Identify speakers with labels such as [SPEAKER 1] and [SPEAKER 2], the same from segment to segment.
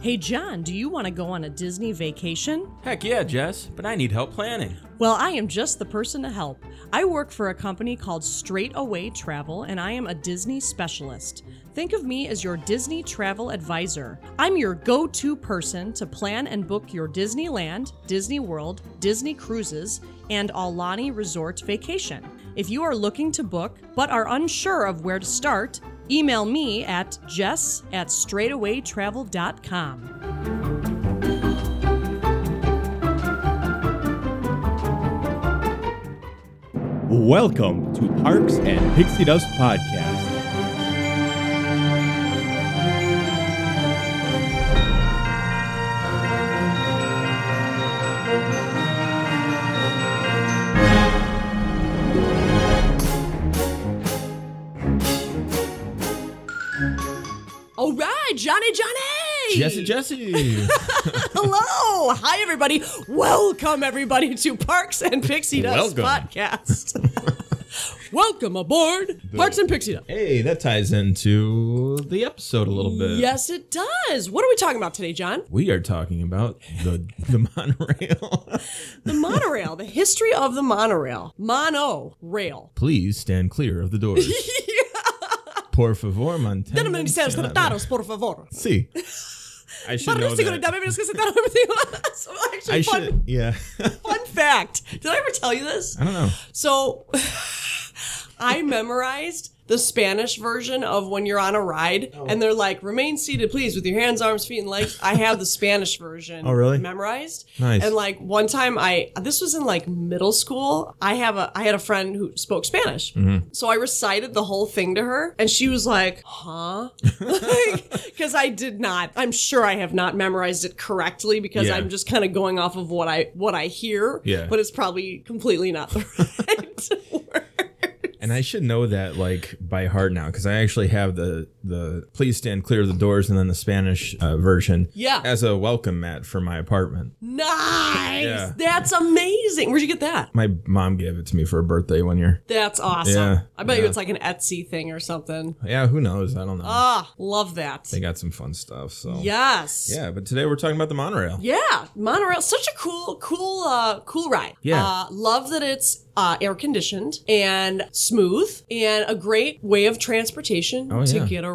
[SPEAKER 1] Hey, John, do you want to go on a Disney vacation?
[SPEAKER 2] Heck yeah, Jess, but I need help planning.
[SPEAKER 1] Well, I am just the person to help. I work for a company called Straight Away Travel, and I am a Disney specialist. Think of me as your Disney travel advisor. I'm your go to person to plan and book your Disneyland, Disney World, Disney Cruises, and Alani Resort vacation. If you are looking to book but are unsure of where to start, email me at jess at straightawaytravel.com.
[SPEAKER 3] Welcome to Parks and Pixie Dust Podcast.
[SPEAKER 1] All right, Johnny, Johnny!
[SPEAKER 2] Jesse, Jesse.
[SPEAKER 1] Hello! Hi, everybody. Welcome, everybody, to Parks and Pixie Dust
[SPEAKER 2] Welcome.
[SPEAKER 1] Podcast. Welcome aboard Parks and Pixie Dust.
[SPEAKER 2] hey, that ties into the episode a little bit.
[SPEAKER 1] Yes, it does. What are we talking about today, John?
[SPEAKER 2] We are talking about the the monorail.
[SPEAKER 1] The monorail, the history of the monorail. Mono rail.
[SPEAKER 2] Please stand clear of the doors. Por favor, Montana.
[SPEAKER 1] Denme ustedes tratados, por favor.
[SPEAKER 2] See. I should know
[SPEAKER 1] Parece que no
[SPEAKER 2] that.
[SPEAKER 1] dame menos que se dan menos. So
[SPEAKER 2] I
[SPEAKER 1] Actually, fun,
[SPEAKER 2] should. Yeah.
[SPEAKER 1] fun fact. Did I ever tell you this?
[SPEAKER 2] I don't know.
[SPEAKER 1] So I memorized the Spanish version of when you're on a ride
[SPEAKER 2] Oh.
[SPEAKER 1] and they're like, remain seated, please, with your hands, arms, feet, and legs. I have the Spanish version.
[SPEAKER 2] Oh, really?
[SPEAKER 1] Memorized.
[SPEAKER 2] Nice.
[SPEAKER 1] And like one time I, this was in like middle school. I have a, I had a friend who spoke Spanish.
[SPEAKER 2] Mm-hmm.
[SPEAKER 1] So I recited the whole thing to her and she was like, huh? Because I did not, I'm sure I have not memorized it correctly because
[SPEAKER 2] Yeah.
[SPEAKER 1] I'm just kind of going off of what I, what I hear.
[SPEAKER 2] Yeah.
[SPEAKER 1] But it's probably completely not the right word.
[SPEAKER 2] And I should know that like by heart now because I actually have the the please stand clear of the doors and then the Spanish uh, version.
[SPEAKER 1] Yeah.
[SPEAKER 2] As a welcome mat for my apartment.
[SPEAKER 1] Nice.
[SPEAKER 2] Yeah.
[SPEAKER 1] That's amazing. Where'd you get that?
[SPEAKER 2] My mom gave it to me for a birthday one year.
[SPEAKER 1] That's awesome.
[SPEAKER 2] Yeah,
[SPEAKER 1] I bet you it's like an Etsy thing or something.
[SPEAKER 2] Yeah, who knows? I don't know.
[SPEAKER 1] Ah, love that.
[SPEAKER 2] they got some fun stuff. So
[SPEAKER 1] Yes.
[SPEAKER 2] yeah, but today we're talking about the monorail.
[SPEAKER 1] Yeah, monorail, such a cool, cool, uh, cool ride.
[SPEAKER 2] Yeah.
[SPEAKER 1] uh, love that it's uh, air conditioned and smooth, and a great way of transportation
[SPEAKER 2] Oh,
[SPEAKER 1] to
[SPEAKER 2] yeah.
[SPEAKER 1] get around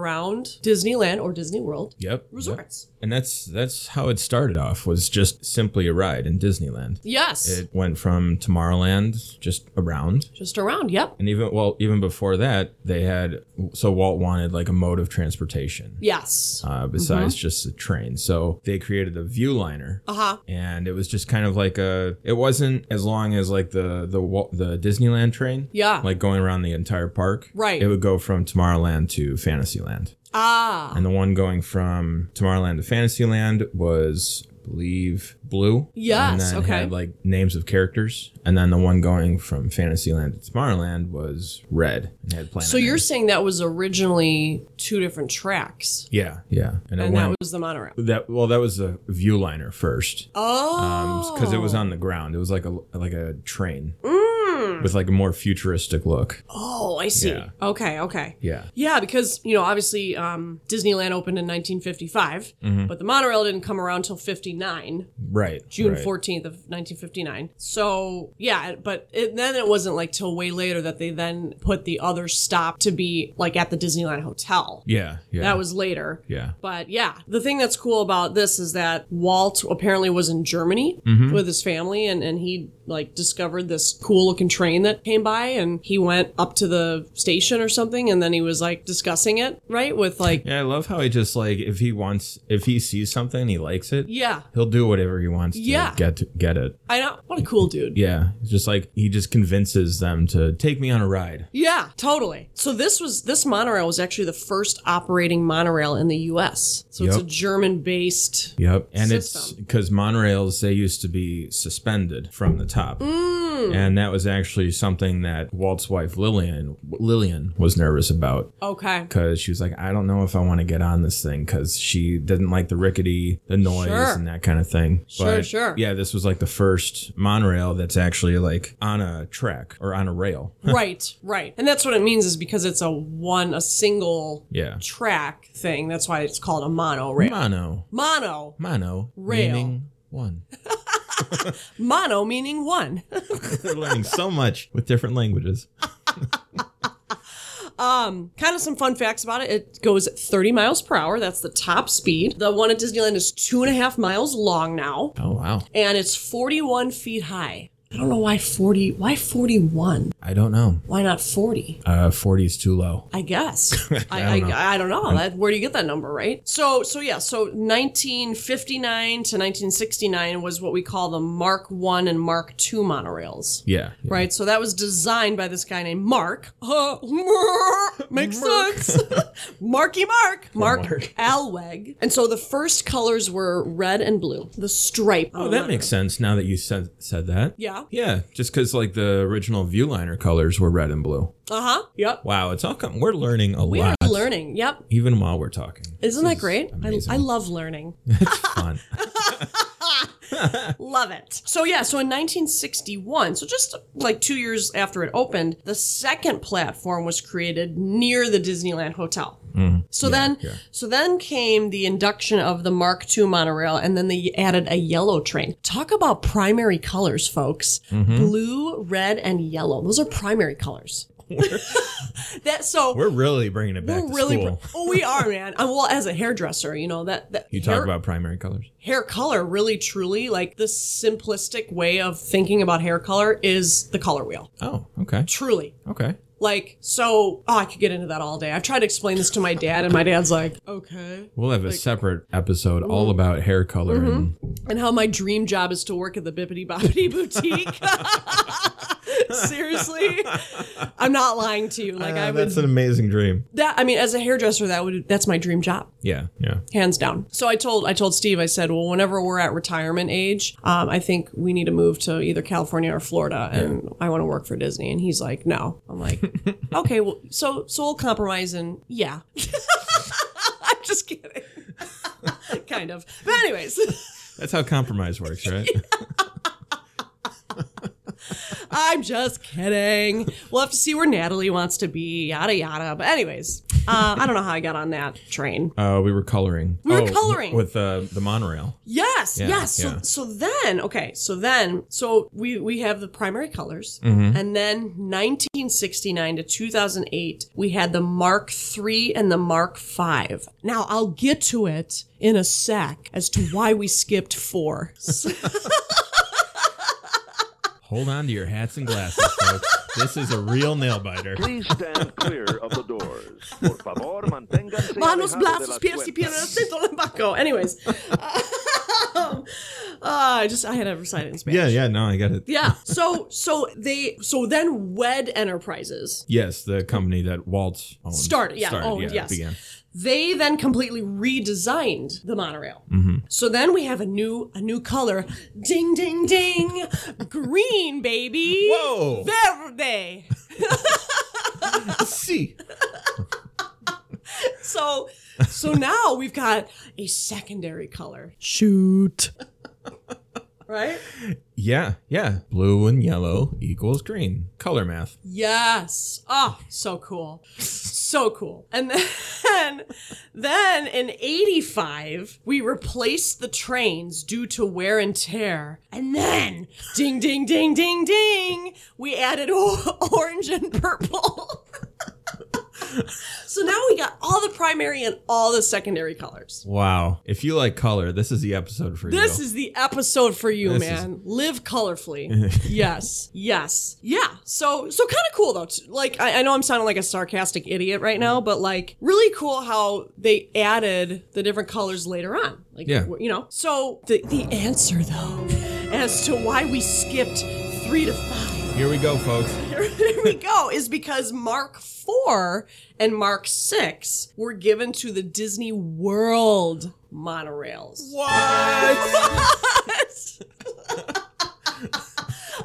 [SPEAKER 1] Disneyland or Disney World
[SPEAKER 2] Yep. Yep.
[SPEAKER 1] resorts.
[SPEAKER 2] And that's that's how it started off was just simply a ride in Disneyland.
[SPEAKER 1] Yes,
[SPEAKER 2] It went from Tomorrowland just around
[SPEAKER 1] just around. Yep.
[SPEAKER 2] And even well, even before that, they had so Walt wanted like a mode of transportation
[SPEAKER 1] Yes.
[SPEAKER 2] uh, besides just a train. So they created the Viewliner,
[SPEAKER 1] Uh huh.
[SPEAKER 2] and it was just kind of like a. It wasn't as long as like the the Wa- the Disneyland train.
[SPEAKER 1] Yeah.
[SPEAKER 2] Like going around the entire park.
[SPEAKER 1] Right.
[SPEAKER 2] It would go from Tomorrowland to Fantasyland,
[SPEAKER 1] Ah.
[SPEAKER 2] and the one going from Tomorrowland to Fantasyland was. I Believe blue.
[SPEAKER 1] Yes,
[SPEAKER 2] And then
[SPEAKER 1] okay.
[SPEAKER 2] had like names of characters, and then the one going from Fantasyland to Tomorrowland was red and had planet.
[SPEAKER 1] So you're
[SPEAKER 2] names.
[SPEAKER 1] saying that was originally two different tracks,
[SPEAKER 2] yeah, yeah, and, it
[SPEAKER 1] and
[SPEAKER 2] went
[SPEAKER 1] that was the monorail.
[SPEAKER 2] that well that was the view liner first
[SPEAKER 1] Oh,
[SPEAKER 2] because Um, it was on the ground. It was like a like a train
[SPEAKER 1] Mm.
[SPEAKER 2] with like a more futuristic look.
[SPEAKER 1] Oh, I see.
[SPEAKER 2] Yeah.
[SPEAKER 1] Okay, okay.
[SPEAKER 2] Yeah,
[SPEAKER 1] Yeah, because you know, obviously, um, Disneyland opened in 1955,
[SPEAKER 2] Mm-hmm.
[SPEAKER 1] but the monorail didn't come around till 59,
[SPEAKER 2] right.
[SPEAKER 1] June
[SPEAKER 2] right.
[SPEAKER 1] 14th of 1959. So yeah, but it, then it wasn't like till way later that they then put the other stop to be like at the Disneyland Hotel.
[SPEAKER 2] Yeah, yeah.
[SPEAKER 1] That was later.
[SPEAKER 2] yeah.
[SPEAKER 1] But yeah, the thing that's cool about this is that Walt apparently was in Germany
[SPEAKER 2] Mm-hmm.
[SPEAKER 1] with his family and, and he like discovered this cool looking train that came by and he went up to the station or something and then he was like discussing it, right? With like,
[SPEAKER 2] Yeah, I love how he just like if he wants if he sees something he likes it.
[SPEAKER 1] yeah,
[SPEAKER 2] He'll do whatever he wants to
[SPEAKER 1] Yeah.
[SPEAKER 2] get to get it.
[SPEAKER 1] I know. What a cool dude.
[SPEAKER 2] Yeah, it's just like he just convinces them to take me on a ride.
[SPEAKER 1] Yeah, totally. So this was this monorail was actually the first operating monorail in the U.S. So it's
[SPEAKER 2] Yep.
[SPEAKER 1] a German-based.
[SPEAKER 2] Yep. And it's
[SPEAKER 1] System.
[SPEAKER 2] because monorails, they used to be suspended from the top.
[SPEAKER 1] Mm.
[SPEAKER 2] and that was actually something that Walt's wife Lillian Lillian was nervous about
[SPEAKER 1] Okay.
[SPEAKER 2] because she was like, I don't know if I want to get on this thing because she didn't like the rickety, the noise,
[SPEAKER 1] Sure.
[SPEAKER 2] and that kind of thing.
[SPEAKER 1] Sure, sure.
[SPEAKER 2] Yeah, this was like the first monorail that's actually like on a track or on a rail.
[SPEAKER 1] right, right. And that's what it means is because it's a one, a single
[SPEAKER 2] Yeah.
[SPEAKER 1] track thing. That's why it's called a monorail.
[SPEAKER 2] Mono,
[SPEAKER 1] Mono.
[SPEAKER 2] mono,
[SPEAKER 1] Rail.
[SPEAKER 2] meaning one.
[SPEAKER 1] Mono meaning one.
[SPEAKER 2] They're learning so much with different languages.
[SPEAKER 1] kind of some fun facts about it. It goes 30 miles per hour. That's the top speed. The one at Disneyland is two and a half miles long now,
[SPEAKER 2] Oh wow,
[SPEAKER 1] and it's 41 feet high. I don't know why 40. Why 41?
[SPEAKER 2] I don't know.
[SPEAKER 1] Why not 40?
[SPEAKER 2] Uh, Forty is too low.
[SPEAKER 1] I guess. I, I,
[SPEAKER 2] don't know.
[SPEAKER 1] I, don't know. That, where do you get that number, right? So, so yeah. So 1959 to 1969 was what we call the Mark One and Mark Two monorails.
[SPEAKER 2] Yeah. yeah.
[SPEAKER 1] Right, so that was designed by this guy named Mark. Uh, makes sense. Marky Mark. Mark,
[SPEAKER 2] Mark.
[SPEAKER 1] Alweg. And so the first colors were red and blue. The stripe.
[SPEAKER 2] Oh, that makes sense now that you said said that.
[SPEAKER 1] Yeah.
[SPEAKER 2] Yeah, just because like the original Viewliner colors were red and blue.
[SPEAKER 1] Uh huh. Yep.
[SPEAKER 2] Wow, it's all come. We're learning a
[SPEAKER 1] We
[SPEAKER 2] lot,
[SPEAKER 1] are learning. Yep.
[SPEAKER 2] even while we're talking.
[SPEAKER 1] Isn't that great? I,
[SPEAKER 2] amazing.
[SPEAKER 1] I love learning.
[SPEAKER 2] It's fun.
[SPEAKER 1] Love it. So, yeah, so in 1961, so just like two years after it opened, the second platform was created near the Disneyland Hotel. so then,
[SPEAKER 2] Mm-hmm. yeah.
[SPEAKER 1] so then came the induction of the Mark II monorail, and then they added a yellow train. Talk about primary colors, folks!
[SPEAKER 2] Mm-hmm.
[SPEAKER 1] Blue, red, and yellow. Those are primary colors. that so
[SPEAKER 2] We're really bringing it back to
[SPEAKER 1] really,
[SPEAKER 2] school.
[SPEAKER 1] oh, we are, man. Uh, well, as a hairdresser, you know that that
[SPEAKER 2] you talk
[SPEAKER 1] hair-
[SPEAKER 2] about primary colors.
[SPEAKER 1] hair color really truly like the simplistic way of thinking about hair color is the color wheel
[SPEAKER 2] Oh, okay,
[SPEAKER 1] truly
[SPEAKER 2] okay.
[SPEAKER 1] like so oh i could get into that all day i've tried to explain this to my dad and my dad's like okay
[SPEAKER 2] We'll have a separate episode all about hair color and
[SPEAKER 1] and how my dream job is to work at the bippity boppity boutique seriously i'm not lying to you like i
[SPEAKER 2] Uh,
[SPEAKER 1] would
[SPEAKER 2] that's an amazing dream.
[SPEAKER 1] that i mean as a hairdresser that would that's my dream job
[SPEAKER 2] Yeah, yeah.
[SPEAKER 1] hands down. So I told I told Steve I said, well, whenever we're at retirement age, um, I think we need to move to either California or Florida, and I want to work for Disney. And he's like, no. I'm like, okay, well, so so we'll compromise, and yeah. I'm just kidding. kind of. But anyways,
[SPEAKER 2] That's how compromise works, right?
[SPEAKER 1] I'm just kidding. We'll have to see where Natalie wants to be, yada yada. But anyways, uh, I don't know how I got on that train.
[SPEAKER 2] Uh, we were coloring.
[SPEAKER 1] were
[SPEAKER 2] Oh,
[SPEAKER 1] coloring.
[SPEAKER 2] with uh, the monorail.
[SPEAKER 1] Yes, yes. So,
[SPEAKER 2] yeah.
[SPEAKER 1] so then, okay, so then, so we we have the primary colors,
[SPEAKER 2] Mm-hmm.
[SPEAKER 1] and then 1969 to 2008, we had the Mark III and the Mark V. Now I'll get to it in a sec as to why we skipped four.
[SPEAKER 2] Hold on to your hats and glasses, folks. This is a real nail biter.
[SPEAKER 4] Please stand clear of the doors. Por favor, manténganse
[SPEAKER 1] Manos,
[SPEAKER 4] alejados de
[SPEAKER 1] brazos,
[SPEAKER 4] las
[SPEAKER 1] pies y
[SPEAKER 4] puertas.
[SPEAKER 1] piernas, centro, lumbago. Anyways, um, uh, I just I had to recite it in Spanish.
[SPEAKER 2] Yeah, yeah. No, I got it.
[SPEAKER 1] Yeah. So so they so then Wed Enterprises
[SPEAKER 2] Yes, the company that Walt owned.
[SPEAKER 1] Started, yeah,
[SPEAKER 2] Oh,
[SPEAKER 1] owned, yes.
[SPEAKER 2] began.
[SPEAKER 1] They then completely redesigned the monorail. So then we have a new a new color. Ding ding ding. Green baby.
[SPEAKER 2] Whoa.
[SPEAKER 1] Verde.
[SPEAKER 2] See,
[SPEAKER 1] So so now we've got a secondary color. Shoot. Right?
[SPEAKER 2] yeah, yeah. Blue and yellow equals green. Color math.
[SPEAKER 1] Yes. Oh, so cool. So cool. And then then in 85, we replaced the trains due to wear and tear. And then ding ding ding ding ding, we added o- orange and purple. so now we got all the primary and all the secondary colors.
[SPEAKER 2] Wow. If you like color, this is the episode for you.
[SPEAKER 1] This is the episode for you,
[SPEAKER 2] This is-
[SPEAKER 1] man. Live colorfully. yes, yes, yeah. So, so kind of cool though. t- Like, I, I know I'm sounding like a sarcastic idiot right now, but like, really cool how they added the different colors later on. Like,
[SPEAKER 2] Yeah.
[SPEAKER 1] w- you know. So the the answer though, as to why we skipped three to five.
[SPEAKER 2] Here we go, folks.
[SPEAKER 1] Here we go. Is because Mark Four and Mark Six were given to the Disney World monorails.
[SPEAKER 2] What?
[SPEAKER 1] What?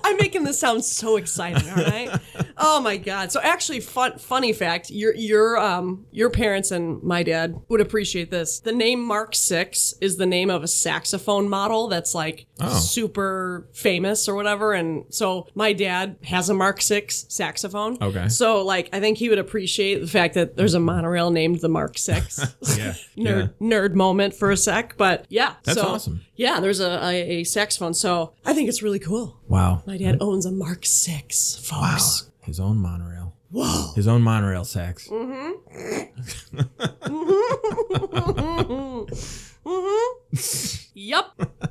[SPEAKER 1] I'm making this sound so exciting, all right? Oh my god! So actually, fun, funny fact: your your um your parents and my dad would appreciate this. The name Mark Six is the name of a saxophone model that's like
[SPEAKER 2] Oh.
[SPEAKER 1] super famous or whatever. And so my dad has a Mark Six saxophone.
[SPEAKER 2] Okay.
[SPEAKER 1] So like, I think he would appreciate the fact that there's a monorail named the Mark Six.
[SPEAKER 2] Yeah.
[SPEAKER 1] nerd nerd moment for a sec, but yeah,
[SPEAKER 2] That's
[SPEAKER 1] so,
[SPEAKER 2] awesome.
[SPEAKER 1] Yeah, there's a, a a saxophone, so I think it's really cool.
[SPEAKER 2] Wow.
[SPEAKER 1] My dad owns a Mark Six, folks.
[SPEAKER 2] His own monorail. Whoa. His own monorail sax.
[SPEAKER 1] Yep. Mm-hmm.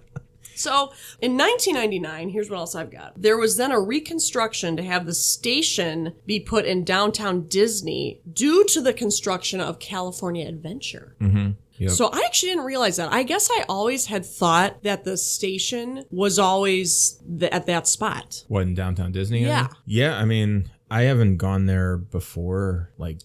[SPEAKER 1] So in 1999, here's what else I've got. There was then a reconstruction to have the station be put in downtown Disney due to the construction of California Adventure.
[SPEAKER 2] Yep.
[SPEAKER 1] So I actually didn't realize that. I guess I always had thought that the station was always th- at that spot.
[SPEAKER 2] What in downtown Disney? I
[SPEAKER 1] Yeah.
[SPEAKER 2] mean? Yeah. I mean, I haven't gone there before, like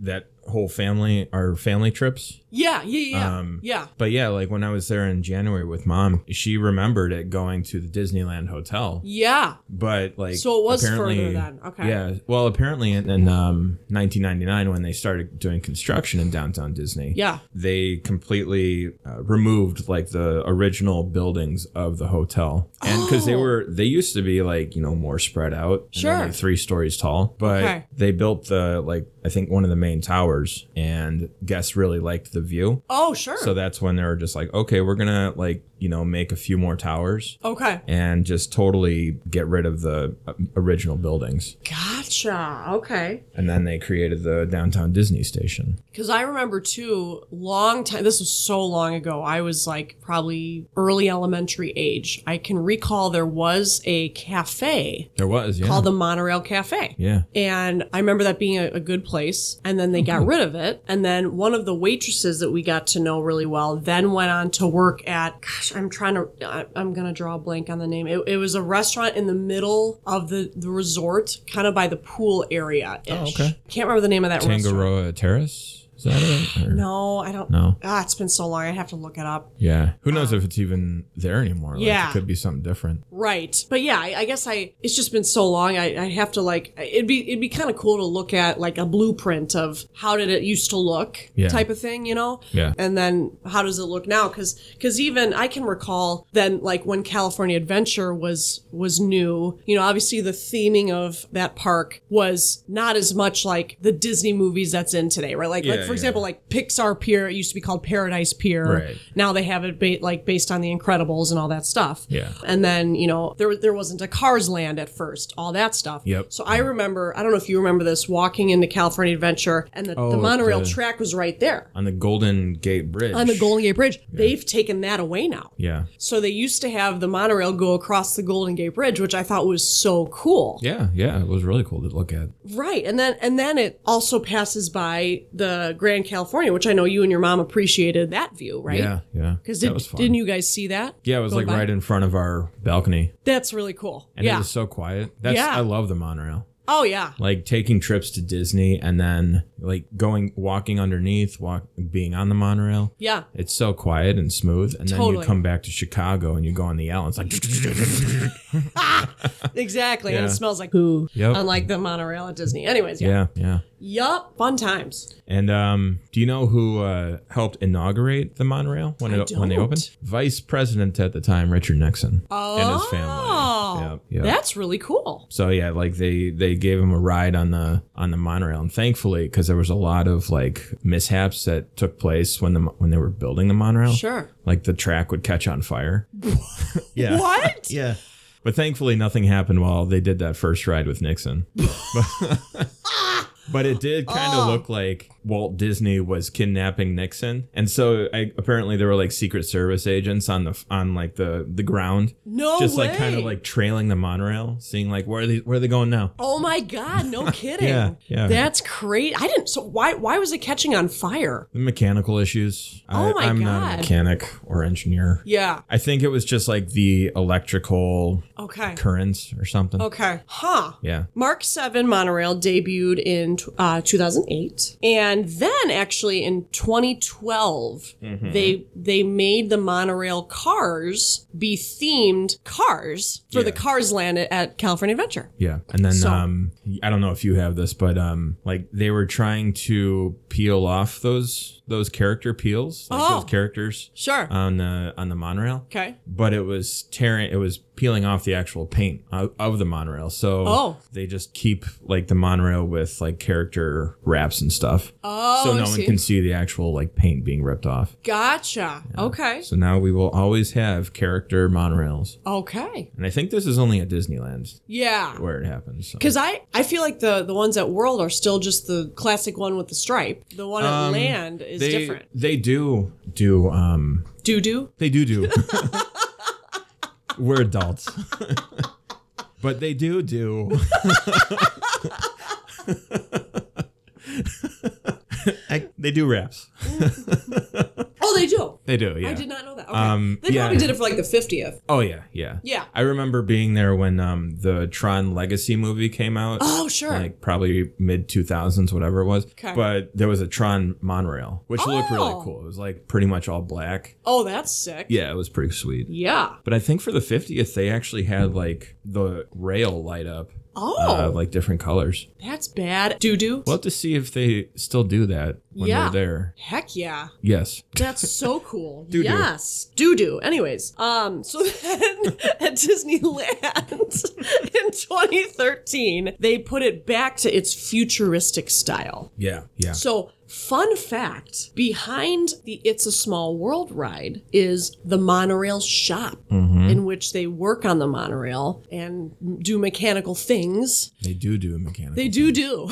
[SPEAKER 2] that whole family, our family trips.
[SPEAKER 1] Yeah, yeah, yeah,
[SPEAKER 2] Um,
[SPEAKER 1] yeah.
[SPEAKER 2] But yeah, like when I was there in January with mom, she remembered it going to the Disneyland Hotel.
[SPEAKER 1] Yeah.
[SPEAKER 2] But like,
[SPEAKER 1] So it was
[SPEAKER 2] apparently-
[SPEAKER 1] further then. Okay.
[SPEAKER 2] Yeah. Well, apparently in, in um, 1999, when they started doing construction in downtown Disney,
[SPEAKER 1] Yeah.
[SPEAKER 2] they completely uh, removed like the original buildings of the hotel, and because they
[SPEAKER 1] Oh.
[SPEAKER 2] were they used to be like you know more spread out, and
[SPEAKER 1] Sure.
[SPEAKER 2] only three stories tall, but
[SPEAKER 1] Okay.
[SPEAKER 2] they built the like I think one of the main towers, and guests really liked the view.
[SPEAKER 1] Oh, sure.
[SPEAKER 2] So that's when they were just like, okay, we're gonna like you know make a few more towers
[SPEAKER 1] okay.
[SPEAKER 2] and just totally get rid of the uh, original buildings.
[SPEAKER 1] Gotcha. Okay.
[SPEAKER 2] And then they created the downtown Disney station.
[SPEAKER 1] Because I remember too, long time, this was so long ago. I was like probably early elementary age. I can recall there was a cafe
[SPEAKER 2] There was, yeah.
[SPEAKER 1] called the Monorail Cafe.
[SPEAKER 2] yeah.
[SPEAKER 1] And I remember that being a, a good place. And then they
[SPEAKER 2] Mm-hmm.
[SPEAKER 1] got rid of it. And then one of the waitresses that we got to know really well then went on to work at, gosh, I'm trying to, I, I'm going to draw a blank on the name. It, it was a restaurant in the middle of the, the resort, kind of by the pool area. Oh,
[SPEAKER 2] okay.
[SPEAKER 1] Can't remember the name of that restaurant.
[SPEAKER 2] Tangaroa Terrace? Is that it? Or-
[SPEAKER 1] No, I don't.
[SPEAKER 2] No.
[SPEAKER 1] Ah, it's been so long. I have to look it up.
[SPEAKER 2] Yeah. Who knows if it's even there anymore? Like,
[SPEAKER 1] yeah.
[SPEAKER 2] It could be something different.
[SPEAKER 1] Right. But yeah, I, I guess I it's just been so long. I, I have to like it'd be it'd be kind of cool to look at like a blueprint of how did it used to look
[SPEAKER 2] Yeah.
[SPEAKER 1] type of thing, you know?
[SPEAKER 2] Yeah.
[SPEAKER 1] And then how does it look now? Because even I can recall then like when California Adventure was was new, you know, obviously the theming of that park was not as much like the Disney movies that's in today, right? Like like
[SPEAKER 2] Yeah,
[SPEAKER 1] for
[SPEAKER 2] yeah.
[SPEAKER 1] example, like Pixar Pier, it used to be called Paradise Pier.
[SPEAKER 2] Right.
[SPEAKER 1] Now they have it ba- like based on the Incredibles and all that stuff.
[SPEAKER 2] Yeah.
[SPEAKER 1] And then, you know, there there wasn't a Cars Land at first, all that stuff.
[SPEAKER 2] Yep.
[SPEAKER 1] So I remember, I don't know if you remember this, walking into California Adventure and the, the
[SPEAKER 2] Oh,
[SPEAKER 1] monorail
[SPEAKER 2] the-
[SPEAKER 1] track was right there
[SPEAKER 2] On the Golden Gate Bridge.
[SPEAKER 1] on the Golden Gate Bridge. They've taken that away now.
[SPEAKER 2] Yeah.
[SPEAKER 1] So they used to have the monorail go across the Golden Gate Bridge, which I thought was so cool.
[SPEAKER 2] Yeah. Yeah. It was really cool to look at.
[SPEAKER 1] Right. And then and then it also passes by the Grand California, which I know you and your mom appreciated that view, right?
[SPEAKER 2] Yeah. Yeah.
[SPEAKER 1] Because
[SPEAKER 2] that
[SPEAKER 1] did,
[SPEAKER 2] was fun.
[SPEAKER 1] didn't you guys see that?
[SPEAKER 2] yeah, it was
[SPEAKER 1] going
[SPEAKER 2] like
[SPEAKER 1] by?
[SPEAKER 2] right in front of our balcony.
[SPEAKER 1] That's really cool.
[SPEAKER 2] And
[SPEAKER 1] yeah.
[SPEAKER 2] it was so quiet. That's
[SPEAKER 1] Yeah.
[SPEAKER 2] I love the monorail.
[SPEAKER 1] oh yeah.
[SPEAKER 2] Like taking trips to Disney and then like going walking underneath, walk being on the monorail.
[SPEAKER 1] Yeah.
[SPEAKER 2] It's so quiet and smooth, and then
[SPEAKER 1] Totally.
[SPEAKER 2] you come back to Chicago and you go on the L. And it's like,
[SPEAKER 1] Exactly. And it
[SPEAKER 2] Yeah.
[SPEAKER 1] smells like poo.
[SPEAKER 2] Yep.
[SPEAKER 1] Unlike the monorail at Disney. Anyways, yeah.
[SPEAKER 2] yeah, yeah.
[SPEAKER 1] Yup. Fun times.
[SPEAKER 2] And um, do you know who uh, helped inaugurate the monorail when
[SPEAKER 1] I
[SPEAKER 2] it when they opened? Vice President at the time, Richard Nixon, and his
[SPEAKER 1] Oh,
[SPEAKER 2] family. Yep, yep.
[SPEAKER 1] That's really cool.
[SPEAKER 2] so yeah, like they they gave him a ride on the on the monorail, and thankfully, because there was a lot of like mishaps that took place when the mo- when they were building the monorail,
[SPEAKER 1] Sure.
[SPEAKER 2] like the track would catch on fire. yeah,
[SPEAKER 1] What?
[SPEAKER 2] yeah. But thankfully, nothing happened while they did that first ride with Nixon. but it did kind
[SPEAKER 1] Ah.
[SPEAKER 2] of look like Walt Disney was kidnapping Nixon, and so I, apparently there were like Secret Service agents on the on like the the ground,
[SPEAKER 1] No
[SPEAKER 2] just
[SPEAKER 1] way.
[SPEAKER 2] like kind of like trailing the monorail, seeing like where are they where are they going now?
[SPEAKER 1] Oh my God! No kidding.
[SPEAKER 2] Yeah, yeah.
[SPEAKER 1] That's great. I didn't. So why? Why was it catching on fire?
[SPEAKER 2] The mechanical issues.
[SPEAKER 1] Oh my
[SPEAKER 2] I, I'm not
[SPEAKER 1] God.
[SPEAKER 2] a mechanic or engineer.
[SPEAKER 1] Yeah.
[SPEAKER 2] I think it was just like the electrical
[SPEAKER 1] Okay.
[SPEAKER 2] currents or something.
[SPEAKER 1] Okay. Huh.
[SPEAKER 2] Yeah.
[SPEAKER 1] Mark 7 monorail debuted in uh, 2008, and And then actually in 2012,
[SPEAKER 2] Mm-hmm.
[SPEAKER 1] they they made the monorail cars be themed cars for the
[SPEAKER 2] Yeah.
[SPEAKER 1] Cars Land at, at California Adventure.
[SPEAKER 2] Yeah. And then
[SPEAKER 1] So-
[SPEAKER 2] um I don't know if you have this, but um like they were trying to peel off those those character peels, like
[SPEAKER 1] Oh.
[SPEAKER 2] those characters
[SPEAKER 1] Sure.
[SPEAKER 2] on the on the monorail.
[SPEAKER 1] okay.
[SPEAKER 2] But it was tearing it was peeling off the actual paint of, of the monorail. So
[SPEAKER 1] Oh.
[SPEAKER 2] they just keep like the monorail with like character wraps and stuff.
[SPEAKER 1] Oh,
[SPEAKER 2] so
[SPEAKER 1] I
[SPEAKER 2] no one
[SPEAKER 1] see.
[SPEAKER 2] can see the actual like paint being ripped off.
[SPEAKER 1] Gotcha. Okay.
[SPEAKER 2] So now we will always have character monorails.
[SPEAKER 1] Okay.
[SPEAKER 2] And I think this is only at Disneyland
[SPEAKER 1] Yeah.
[SPEAKER 2] where it happens. So.
[SPEAKER 1] Because I, I feel like the, the ones at World are still just the classic one with the stripe. The one at
[SPEAKER 2] Um,
[SPEAKER 1] Land is
[SPEAKER 2] they,
[SPEAKER 1] different.
[SPEAKER 2] They do do um
[SPEAKER 1] Doo doo.
[SPEAKER 2] they do do. We're adults. but they do do. I- they do raps.
[SPEAKER 1] Oh, they do.
[SPEAKER 2] They do, yeah.
[SPEAKER 1] I did not know that. Okay.
[SPEAKER 2] Um,
[SPEAKER 1] they probably
[SPEAKER 2] yeah.
[SPEAKER 1] did it for like the 50th.
[SPEAKER 2] Oh yeah, yeah.
[SPEAKER 1] Yeah.
[SPEAKER 2] I remember being there when um the Tron Legacy movie came out.
[SPEAKER 1] Oh, sure.
[SPEAKER 2] Like probably mid 2000s, whatever it was.
[SPEAKER 1] Okay.
[SPEAKER 2] But there was a Tron monorail, which looked really
[SPEAKER 1] Oh.
[SPEAKER 2] cool. It was like pretty much all black.
[SPEAKER 1] oh, that's sick.
[SPEAKER 2] Yeah, it was pretty sweet.
[SPEAKER 1] Yeah.
[SPEAKER 2] But I think for the 50th, they actually had like the rail light up, uh,
[SPEAKER 1] Oh,
[SPEAKER 2] like different colors.
[SPEAKER 1] that's bad. Doo doo.
[SPEAKER 2] We'll have to see if they still do that when
[SPEAKER 1] Yeah.
[SPEAKER 2] they're there.
[SPEAKER 1] Heck yeah.
[SPEAKER 2] Yes.
[SPEAKER 1] That's so cool.
[SPEAKER 2] Doo-doo.
[SPEAKER 1] Yes. Doo doo. Anyways, um, so then at Disneyland in 2013, they put it back to its futuristic style.
[SPEAKER 2] Yeah. Yeah.
[SPEAKER 1] So, fun fact behind the It's a Small World ride is the monorail shop in which they work on the monorail and do mechanical things.
[SPEAKER 2] they do do a mechanical.
[SPEAKER 1] They do do.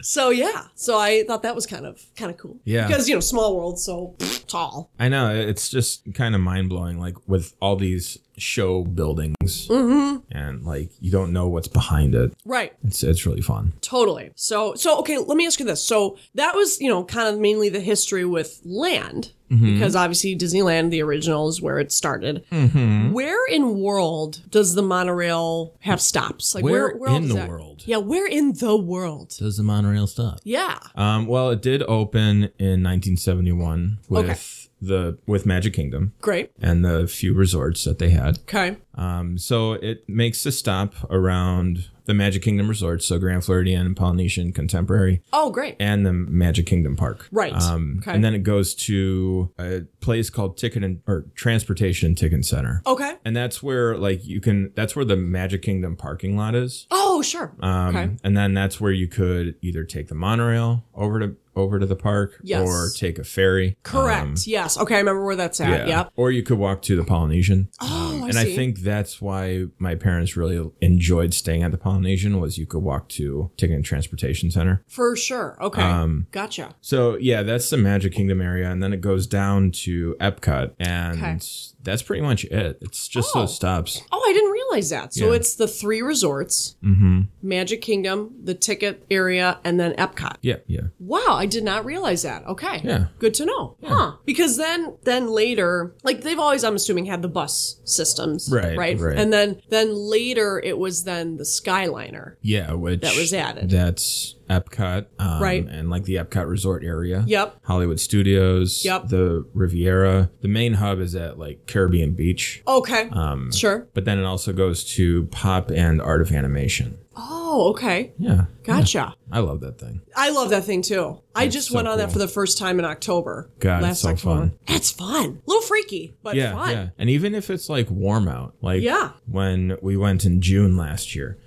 [SPEAKER 1] so yeah, so I thought that was kind of kind of cool.
[SPEAKER 2] Yeah.
[SPEAKER 1] because you know, small world, so tall.
[SPEAKER 2] I know. It's just kind of mind blowing, like with all these show buildings
[SPEAKER 1] Mm-hmm.
[SPEAKER 2] and like you don't know what's behind it.
[SPEAKER 1] Right,
[SPEAKER 2] It's, it's really fun.
[SPEAKER 1] totally. So so okay, let me ask you this. So that was you know kind of mainly the history with land
[SPEAKER 2] Mm-hmm.
[SPEAKER 1] because obviously Disneyland, the original, is where it started.
[SPEAKER 2] Mm-hmm.
[SPEAKER 1] Where in world does the monorail have stops? Like
[SPEAKER 2] Where
[SPEAKER 1] where, all
[SPEAKER 2] in
[SPEAKER 1] does
[SPEAKER 2] the
[SPEAKER 1] that-
[SPEAKER 2] world?
[SPEAKER 1] Yeah, where in the world?
[SPEAKER 2] Does the monorail stop?
[SPEAKER 1] Yeah.
[SPEAKER 2] Um, well, it did open in 1971 with
[SPEAKER 1] Okay.
[SPEAKER 2] the with Magic Kingdom
[SPEAKER 1] Great.
[SPEAKER 2] and the few resorts that they had.
[SPEAKER 1] Okay.
[SPEAKER 2] Um, so it makes a stop around the Magic Kingdom resorts, so Grand Floridian, Polynesian, Contemporary,
[SPEAKER 1] Oh, great.
[SPEAKER 2] and the Magic Kingdom Park.
[SPEAKER 1] Right.
[SPEAKER 2] Um,
[SPEAKER 1] Okay.
[SPEAKER 2] And then it goes to a place called Ticket and or Transportation and Ticket Center.
[SPEAKER 1] Okay.
[SPEAKER 2] And that's where like you can that's where the Magic Kingdom parking lot is.
[SPEAKER 1] Oh, sure.
[SPEAKER 2] Um,
[SPEAKER 1] okay.
[SPEAKER 2] And then that's where you could either take the monorail over to over to the park,
[SPEAKER 1] Yes.
[SPEAKER 2] or take a ferry.
[SPEAKER 1] Correct.
[SPEAKER 2] Um,
[SPEAKER 1] yes. Okay, I remember where that's at.
[SPEAKER 2] yeah.
[SPEAKER 1] Yep.
[SPEAKER 2] Or you could walk to the Polynesian.
[SPEAKER 1] Oh, I
[SPEAKER 2] and
[SPEAKER 1] see.
[SPEAKER 2] I think that's why my parents really enjoyed staying at the Polynesian was you could walk to Ticket and Transportation Center.
[SPEAKER 1] For sure. Okay.
[SPEAKER 2] Um,
[SPEAKER 1] gotcha.
[SPEAKER 2] So yeah, that's the Magic Kingdom area, and then it goes down to Epcot, and
[SPEAKER 1] Okay.
[SPEAKER 2] that's pretty much it. It's just
[SPEAKER 1] Oh.
[SPEAKER 2] those stops.
[SPEAKER 1] Oh, I didn't realize that. So
[SPEAKER 2] Yeah.
[SPEAKER 1] it's the three resorts
[SPEAKER 2] Mm-hmm.
[SPEAKER 1] Magic Kingdom, the ticket area, and then Epcot.
[SPEAKER 2] Yeah, yeah,
[SPEAKER 1] Wow, I did not realize that. Okay.
[SPEAKER 2] Yeah.
[SPEAKER 1] Good to know. Huh. Because then then later, like they've always I'm assuming had the bus systems.
[SPEAKER 2] Right,
[SPEAKER 1] Right.
[SPEAKER 2] right.
[SPEAKER 1] And then then later it was then the Skyliner.
[SPEAKER 2] yeah. Which
[SPEAKER 1] That was added.
[SPEAKER 2] That's Epcot, um,
[SPEAKER 1] Right.
[SPEAKER 2] And like the Epcot Resort area.
[SPEAKER 1] Yep.
[SPEAKER 2] Hollywood Studios.
[SPEAKER 1] Yep.
[SPEAKER 2] The Riviera. The main hub is at like Caribbean Beach.
[SPEAKER 1] Okay.
[SPEAKER 2] Um,
[SPEAKER 1] sure.
[SPEAKER 2] But then it also goes to Pop and Art of Animation.
[SPEAKER 1] Oh, okay.
[SPEAKER 2] Yeah.
[SPEAKER 1] Gotcha.
[SPEAKER 2] I love that thing.
[SPEAKER 1] I love that thing too. I just
[SPEAKER 2] so
[SPEAKER 1] went on that
[SPEAKER 2] cool.
[SPEAKER 1] for the first time in October.
[SPEAKER 2] God, it's so fun.
[SPEAKER 1] It's fun. A little freaky, but
[SPEAKER 2] Yeah,
[SPEAKER 1] fun.
[SPEAKER 2] yeah. And even if it's like warm out, like
[SPEAKER 1] Yeah. Mm-hmm.
[SPEAKER 2] when we went in June last year,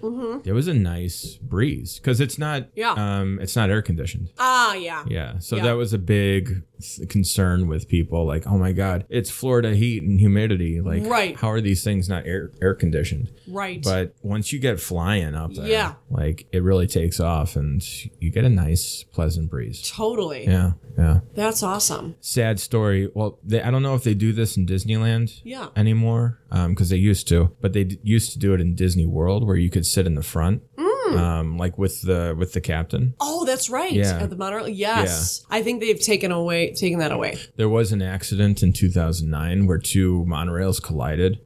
[SPEAKER 2] there was a nice breeze because it's not
[SPEAKER 1] Yeah.
[SPEAKER 2] um it's not air conditioned.
[SPEAKER 1] Ah, yeah.
[SPEAKER 2] Yeah. So
[SPEAKER 1] Yeah.
[SPEAKER 2] that was a big th- concern with people like, "Oh my god, it's Florida heat and humidity. Like
[SPEAKER 1] Right.
[SPEAKER 2] how are these things not air air conditioned?"
[SPEAKER 1] Right.
[SPEAKER 2] But once you get flying up there,
[SPEAKER 1] Yeah.
[SPEAKER 2] like it really takes off and you get a nice pleasant breeze.
[SPEAKER 1] totally.
[SPEAKER 2] Yeah. Yeah.
[SPEAKER 1] That's awesome.
[SPEAKER 2] sad story. Well, they, I don't know if they do this in Disneyland
[SPEAKER 1] Yeah.
[SPEAKER 2] um, anymore because they used to, but they d- used to do it in Disney World where you could sit in the front um, like with the with the captain.
[SPEAKER 1] Oh, that's right.
[SPEAKER 2] Yeah.
[SPEAKER 1] At the Monterey. Yes. I think they've taken away taken that away.
[SPEAKER 2] There was an accident in 2009 where two monorails collided,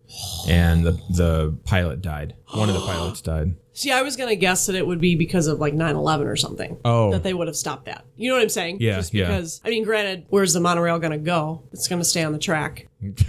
[SPEAKER 2] and the the pilot died. One of the pilots died.
[SPEAKER 1] See, I was going to guess that it would be because of like 9/11 or something.
[SPEAKER 2] Oh.
[SPEAKER 1] That they would have stopped that. You know what I'm saying?
[SPEAKER 2] Yeah,
[SPEAKER 1] Just
[SPEAKER 2] yeah.
[SPEAKER 1] because I mean, granted, where's the monorail going to go? It's going to stay on the track.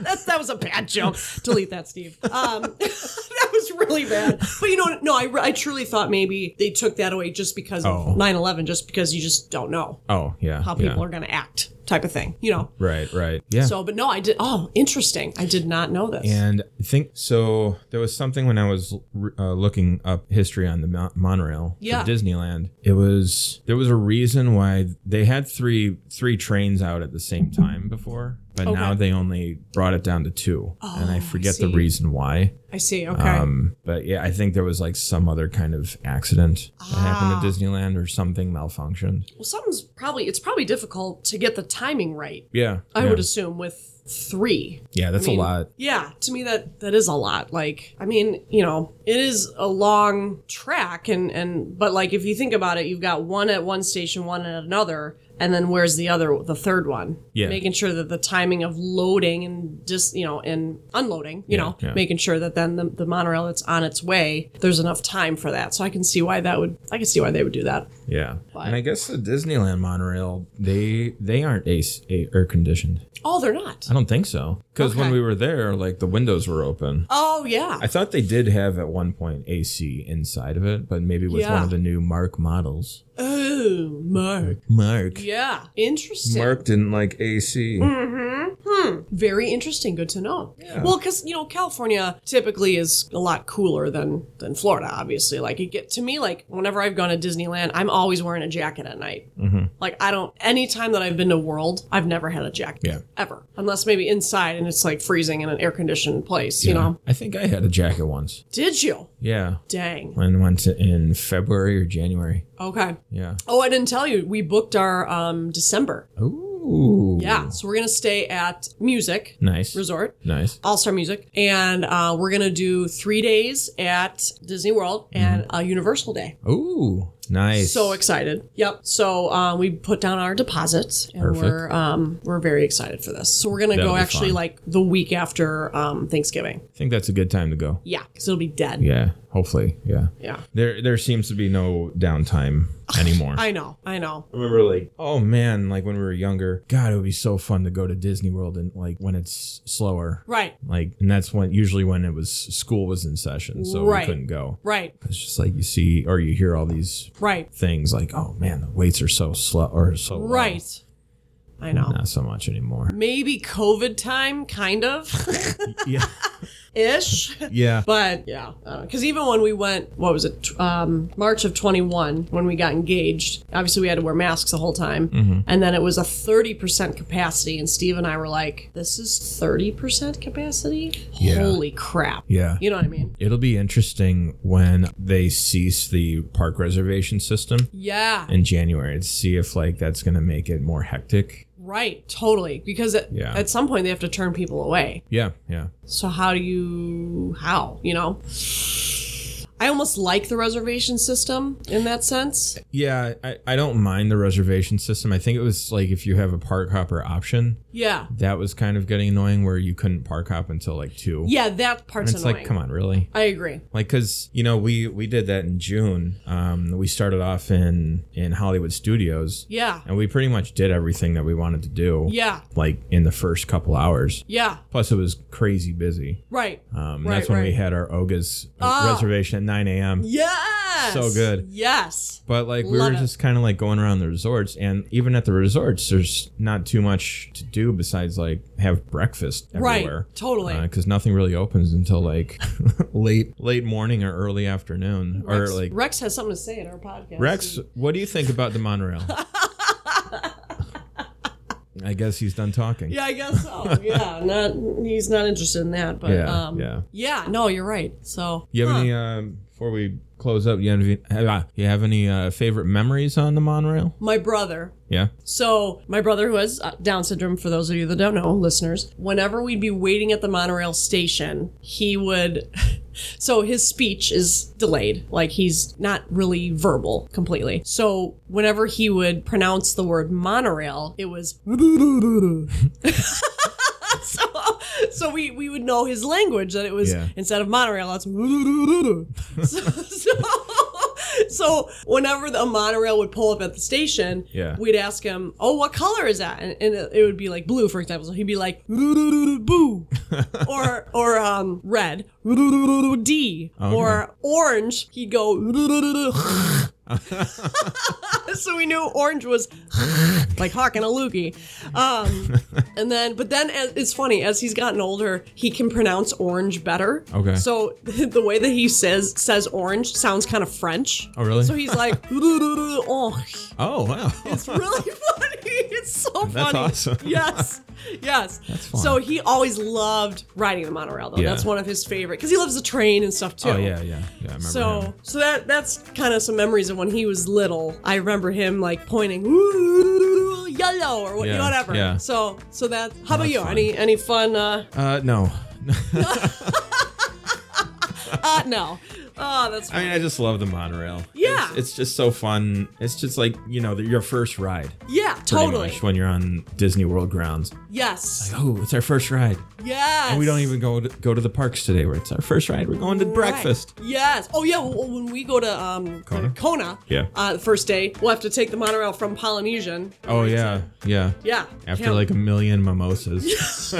[SPEAKER 1] That's, that was a bad joke. Delete that, Steve. Um, that was really bad. But you know, what? no, I, re- I truly thought maybe they took that away just because
[SPEAKER 2] Oh.
[SPEAKER 1] of 9/11, just because you just don't know
[SPEAKER 2] Oh yeah,
[SPEAKER 1] how people are going to act, type of thing. You know.
[SPEAKER 2] Right, right, yeah.
[SPEAKER 1] So, but no, I did. Oh, interesting. I did not know this.
[SPEAKER 2] And I think so. There was something when I was uh, looking up history on the mon- monorail
[SPEAKER 1] Yeah.
[SPEAKER 2] for Disneyland. It was there was a reason why they had three three trains out at the same time before, but now
[SPEAKER 1] Okay. Oh,
[SPEAKER 2] they only brought it down to two. and I forget the
[SPEAKER 1] see.
[SPEAKER 2] reason why.
[SPEAKER 1] I see. Okay.
[SPEAKER 2] Um, but yeah, I think there was like some other kind of accident that
[SPEAKER 1] Ah.
[SPEAKER 2] happened at Disneyland or something malfunctioned.
[SPEAKER 1] well, something's probably. It's probably difficult to get the timing right.
[SPEAKER 2] Yeah,
[SPEAKER 1] I
[SPEAKER 2] yeah.
[SPEAKER 1] would assume with three.
[SPEAKER 2] Yeah, that's
[SPEAKER 1] I mean,
[SPEAKER 2] a lot.
[SPEAKER 1] Yeah, to me that that is a lot. Like, I mean, you know, it is a long track, and and but like if you think about it, you've got one at one station, one at another, and then where's the other, the third one?
[SPEAKER 2] Yeah.
[SPEAKER 1] making sure that the timing of loading and just you know and unloading, you
[SPEAKER 2] Yeah,
[SPEAKER 1] know,
[SPEAKER 2] yeah.
[SPEAKER 1] making sure that then the, the monorail that's on its way, there's enough time for that. So I can see why that would, I can see why they would do that.
[SPEAKER 2] Yeah, and I guess the Disneyland monorail they they aren't ace air conditioned.
[SPEAKER 1] Oh, they're not.
[SPEAKER 2] I don't think so. Because when
[SPEAKER 1] Okay.
[SPEAKER 2] we were there, like the windows were open.
[SPEAKER 1] Oh yeah.
[SPEAKER 2] I thought they did have at one point AC inside of it, but maybe with one
[SPEAKER 1] Yeah.
[SPEAKER 2] of the new Mark models.
[SPEAKER 1] Oh, Mark.
[SPEAKER 2] Mark.
[SPEAKER 1] Yeah, Mm, interesting.
[SPEAKER 2] Mark didn't like AC.
[SPEAKER 1] Very interesting. Good to know. Well, because you know California typically is a lot cooler than than Florida. Obviously, like it get to me like whenever I've gone to Disneyland, I'm always wearing a jacket at night. Like I don't. Any time that I've been to World, I've never had a jacket.
[SPEAKER 2] Yeah.
[SPEAKER 1] Ever, unless maybe inside and it's like freezing in an air conditioned place. You know?
[SPEAKER 2] I think I had a jacket once.
[SPEAKER 1] Did you?
[SPEAKER 2] Yeah.
[SPEAKER 1] Dang.
[SPEAKER 2] When went to, in February or January.
[SPEAKER 1] Okay.
[SPEAKER 2] Yeah.
[SPEAKER 1] Oh, I didn't tell you. We booked our um December.
[SPEAKER 2] Oh. Ooh.
[SPEAKER 1] Yeah. So we're gonna stay at Music
[SPEAKER 2] Nice.
[SPEAKER 1] Resort.
[SPEAKER 2] Nice.
[SPEAKER 1] All Star Music, and uh, we're gonna do three days at Disney World and a Universal Day.
[SPEAKER 2] Ooh. Mm-hmm. Nice.
[SPEAKER 1] So excited! Yep. So um, we put down our deposits, and
[SPEAKER 2] Perfect.
[SPEAKER 1] we're um, we're very excited for this. So we're gonna
[SPEAKER 2] That'll
[SPEAKER 1] go
[SPEAKER 2] be
[SPEAKER 1] actually
[SPEAKER 2] fun.
[SPEAKER 1] like the week after um, Thanksgiving.
[SPEAKER 2] I think that's a good time to go.
[SPEAKER 1] Yeah, because it'll be dead. Yeah.
[SPEAKER 2] Yeah. Hopefully. Yeah. There there seems to be no downtime anymore.
[SPEAKER 1] I know. I know.
[SPEAKER 2] I remember like oh man like when we were younger god it would be so fun to go to disney world and like when it's slower
[SPEAKER 1] Right.
[SPEAKER 2] like and that's when usually when it was school was in session so
[SPEAKER 1] Right.
[SPEAKER 2] we couldn't go
[SPEAKER 1] Right.
[SPEAKER 2] it's just like you see or you hear all these
[SPEAKER 1] Right.
[SPEAKER 2] things like oh man the waits are so slow or so low.
[SPEAKER 1] Right. I know.
[SPEAKER 2] not so much anymore
[SPEAKER 1] Maybe COVID time, kind of
[SPEAKER 2] yeah
[SPEAKER 1] ish.
[SPEAKER 2] yeah
[SPEAKER 1] But yeah, because even when we went, what was it, tw- um, March of 21, when we got engaged, obviously we had to wear masks the whole time.
[SPEAKER 2] Mm-hmm.
[SPEAKER 1] And then it was a 30% capacity. And Steve and I were like, this is 30% capacity?
[SPEAKER 2] Yeah.
[SPEAKER 1] Holy crap.
[SPEAKER 2] yeah
[SPEAKER 1] You know what I mean?
[SPEAKER 2] it'll be interesting when they cease the park reservation system
[SPEAKER 1] Yeah,
[SPEAKER 2] in january to see if like that's gonna make it more hectic
[SPEAKER 1] right. Totally. Because at,
[SPEAKER 2] Yeah.
[SPEAKER 1] at some point they have to turn people away.
[SPEAKER 2] yeah yeah
[SPEAKER 1] So how do you, how, you know? I almost like the reservation system in that sense.
[SPEAKER 2] Yeah, I, I don't mind the reservation system. I think it was like if you have a park hopper option,
[SPEAKER 1] Yeah.
[SPEAKER 2] that was kind of getting annoying where you couldn't park hop until like two.
[SPEAKER 1] Yeah, that
[SPEAKER 2] And
[SPEAKER 1] part's
[SPEAKER 2] it's
[SPEAKER 1] annoying.
[SPEAKER 2] like, come on, really?
[SPEAKER 1] I agree.
[SPEAKER 2] Like, cause you know we we did that in June. Um, we started off in in Hollywood Studios,
[SPEAKER 1] Yeah.
[SPEAKER 2] and we pretty much did everything that we wanted to do.
[SPEAKER 1] Yeah.
[SPEAKER 2] Like in the first couple hours.
[SPEAKER 1] Yeah.
[SPEAKER 2] Plus, it was crazy busy.
[SPEAKER 1] Right.
[SPEAKER 2] Um,
[SPEAKER 1] Right,
[SPEAKER 2] that's when we
[SPEAKER 1] right.
[SPEAKER 2] had our Oga's
[SPEAKER 1] Ah.
[SPEAKER 2] reservation at 9 a.m.
[SPEAKER 1] Yes.
[SPEAKER 2] So good.
[SPEAKER 1] Yes.
[SPEAKER 2] But like we
[SPEAKER 1] Love
[SPEAKER 2] were
[SPEAKER 1] it.
[SPEAKER 2] just kind of like going around the resorts, and even at the resorts, there's not too much to do besides like have breakfast
[SPEAKER 1] Right.
[SPEAKER 2] everywhere. Uh,
[SPEAKER 1] Totally.
[SPEAKER 2] Because nothing really opens until like late late morning or early afternoon
[SPEAKER 1] Rex,
[SPEAKER 2] or like
[SPEAKER 1] Rex has something to say in our podcast.
[SPEAKER 2] Rex. What do you think about the monorail? I guess he's done talking.
[SPEAKER 1] Yeah, I guess so. Yeah, not he's not interested in that, but
[SPEAKER 2] Yeah,
[SPEAKER 1] um,
[SPEAKER 2] yeah.
[SPEAKER 1] yeah. No, you're right. So
[SPEAKER 2] You have
[SPEAKER 1] huh.
[SPEAKER 2] any um, Before we close up, you have any, ah, you have any uh, favorite memories on the monorail?
[SPEAKER 1] My brother,
[SPEAKER 2] Yeah.
[SPEAKER 1] So, my brother, who has uh, Down syndrome, for those of you that don't know, listeners, whenever we'd be waiting at the monorail station, he would. So, his speech is delayed. Like, he's not really verbal completely. So, whenever he would pronounce the word monorail, it was. so, so we, we would know his language that it was
[SPEAKER 2] Yeah.
[SPEAKER 1] instead of monorail, that's. so, so, so, whenever the monorail would pull up at the station,
[SPEAKER 2] Yeah.
[SPEAKER 1] we'd ask him, "Oh, what color is that?" And, and it would be like blue, for example. So he'd be like "Boo," or or um red "D," or orange. He'd go. so we knew orange was like hawking a loogie. Um, and then, but then as, it's funny as he's gotten older, he can pronounce orange better.
[SPEAKER 2] Okay.
[SPEAKER 1] So the way that he says says orange sounds kind of French.
[SPEAKER 2] Oh, really?
[SPEAKER 1] So he's like orange.
[SPEAKER 2] Oh wow.
[SPEAKER 1] It's really funny. It's so funny.
[SPEAKER 2] That's awesome.
[SPEAKER 1] Yes. Yes.
[SPEAKER 2] fun.
[SPEAKER 1] So he always loved riding the monorail though.
[SPEAKER 2] Yeah.
[SPEAKER 1] That's one of his favorite cuz he loves the train and stuff too.
[SPEAKER 2] oh yeah, yeah, yeah. I remember
[SPEAKER 1] So
[SPEAKER 2] him.
[SPEAKER 1] so that that's kind of some memories of when he was little. I remember him like pointing "Ooh, yellow or what,
[SPEAKER 2] Yeah,
[SPEAKER 1] whatever.
[SPEAKER 2] yeah.
[SPEAKER 1] So so that how about
[SPEAKER 2] That's
[SPEAKER 1] you?
[SPEAKER 2] fun.
[SPEAKER 1] Any any fun uh
[SPEAKER 2] Uh, no.
[SPEAKER 1] uh no. Oh, that's
[SPEAKER 2] I mean, I just love the monorail.
[SPEAKER 1] Yeah.
[SPEAKER 2] It's, it's just so fun. It's just like you know the, your first ride.
[SPEAKER 1] Yeah,
[SPEAKER 2] pretty
[SPEAKER 1] totally.
[SPEAKER 2] much, when you're on Disney World grounds.
[SPEAKER 1] Yes.
[SPEAKER 2] Oh, it's our first ride.
[SPEAKER 1] Yes.
[SPEAKER 2] And we don't even go to, go to the parks today. Where it's our first ride. We're going to breakfast.
[SPEAKER 1] Right. Yes. Oh yeah. Well, when we go to um,
[SPEAKER 2] Kona?
[SPEAKER 1] Kona
[SPEAKER 2] Yeah.
[SPEAKER 1] uh, the first day, we'll have to take the monorail from Polynesian.
[SPEAKER 2] Oh yeah, yeah.
[SPEAKER 1] Yeah.
[SPEAKER 2] After
[SPEAKER 1] Can't-
[SPEAKER 2] like a million mimosas.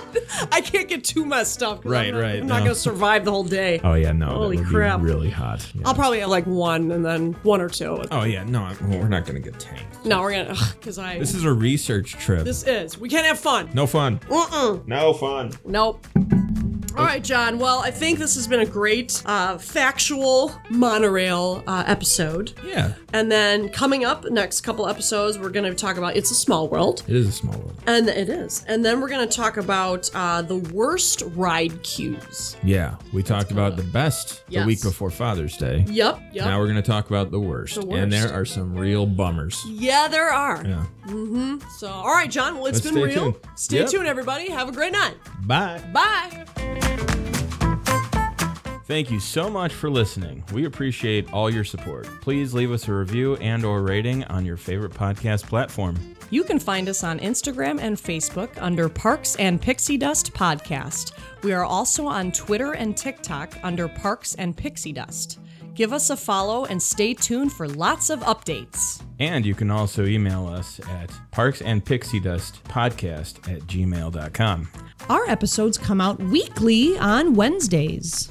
[SPEAKER 1] I can't get too messed up. 'cause
[SPEAKER 2] Right,
[SPEAKER 1] I'm not,
[SPEAKER 2] right,
[SPEAKER 1] I'm not
[SPEAKER 2] no.
[SPEAKER 1] gonna survive the whole day.
[SPEAKER 2] Oh yeah, no. that
[SPEAKER 1] Holy
[SPEAKER 2] would be
[SPEAKER 1] crap.
[SPEAKER 2] really hot. Yeah.
[SPEAKER 1] I'll probably have like one and then one or two.
[SPEAKER 2] Oh yeah, no. I- well, we're not gonna get tanked.
[SPEAKER 1] No, we're gonna because I.
[SPEAKER 2] This is a research trip.
[SPEAKER 1] this is. We can't have fun.
[SPEAKER 2] no fun.
[SPEAKER 1] Mm-mm.
[SPEAKER 2] No fun.
[SPEAKER 1] Nope. All right, John. Well, I think this has been a great uh, factual monorail uh, episode.
[SPEAKER 2] Yeah.
[SPEAKER 1] And then coming up next couple episodes, we're going to talk about It's a Small World.
[SPEAKER 2] It is a small world.
[SPEAKER 1] And it is. And then we're going to talk about uh, the worst ride cues.
[SPEAKER 2] Yeah. We talked about the best
[SPEAKER 1] Yes.
[SPEAKER 2] the week before Father's Day.
[SPEAKER 1] Yep, yep.
[SPEAKER 2] Now we're gonna talk about the worst.
[SPEAKER 1] The
[SPEAKER 2] And
[SPEAKER 1] worst.
[SPEAKER 2] there are some real bummers.
[SPEAKER 1] yeah, there are.
[SPEAKER 2] Yeah.
[SPEAKER 1] So, all right, John, well, it's
[SPEAKER 2] Let's
[SPEAKER 1] been
[SPEAKER 2] stay
[SPEAKER 1] real.
[SPEAKER 2] tuned.
[SPEAKER 1] Stay
[SPEAKER 2] Yep.
[SPEAKER 1] tuned, everybody. Have a great night.
[SPEAKER 2] Bye.
[SPEAKER 1] Bye.
[SPEAKER 2] Thank you so much for listening. We appreciate all your support. Please leave us a review and or rating on your favorite podcast platform.
[SPEAKER 1] You can find us on Instagram and Facebook under Parks and Pixie Dust Podcast. We are also on Twitter and TikTok under Parks and Pixie Dust. Give us a follow and stay tuned for lots of updates.
[SPEAKER 2] And you can also email us at parksandpixiedustpodcast at gmail.com.
[SPEAKER 1] Our episodes come out weekly on Wednesdays.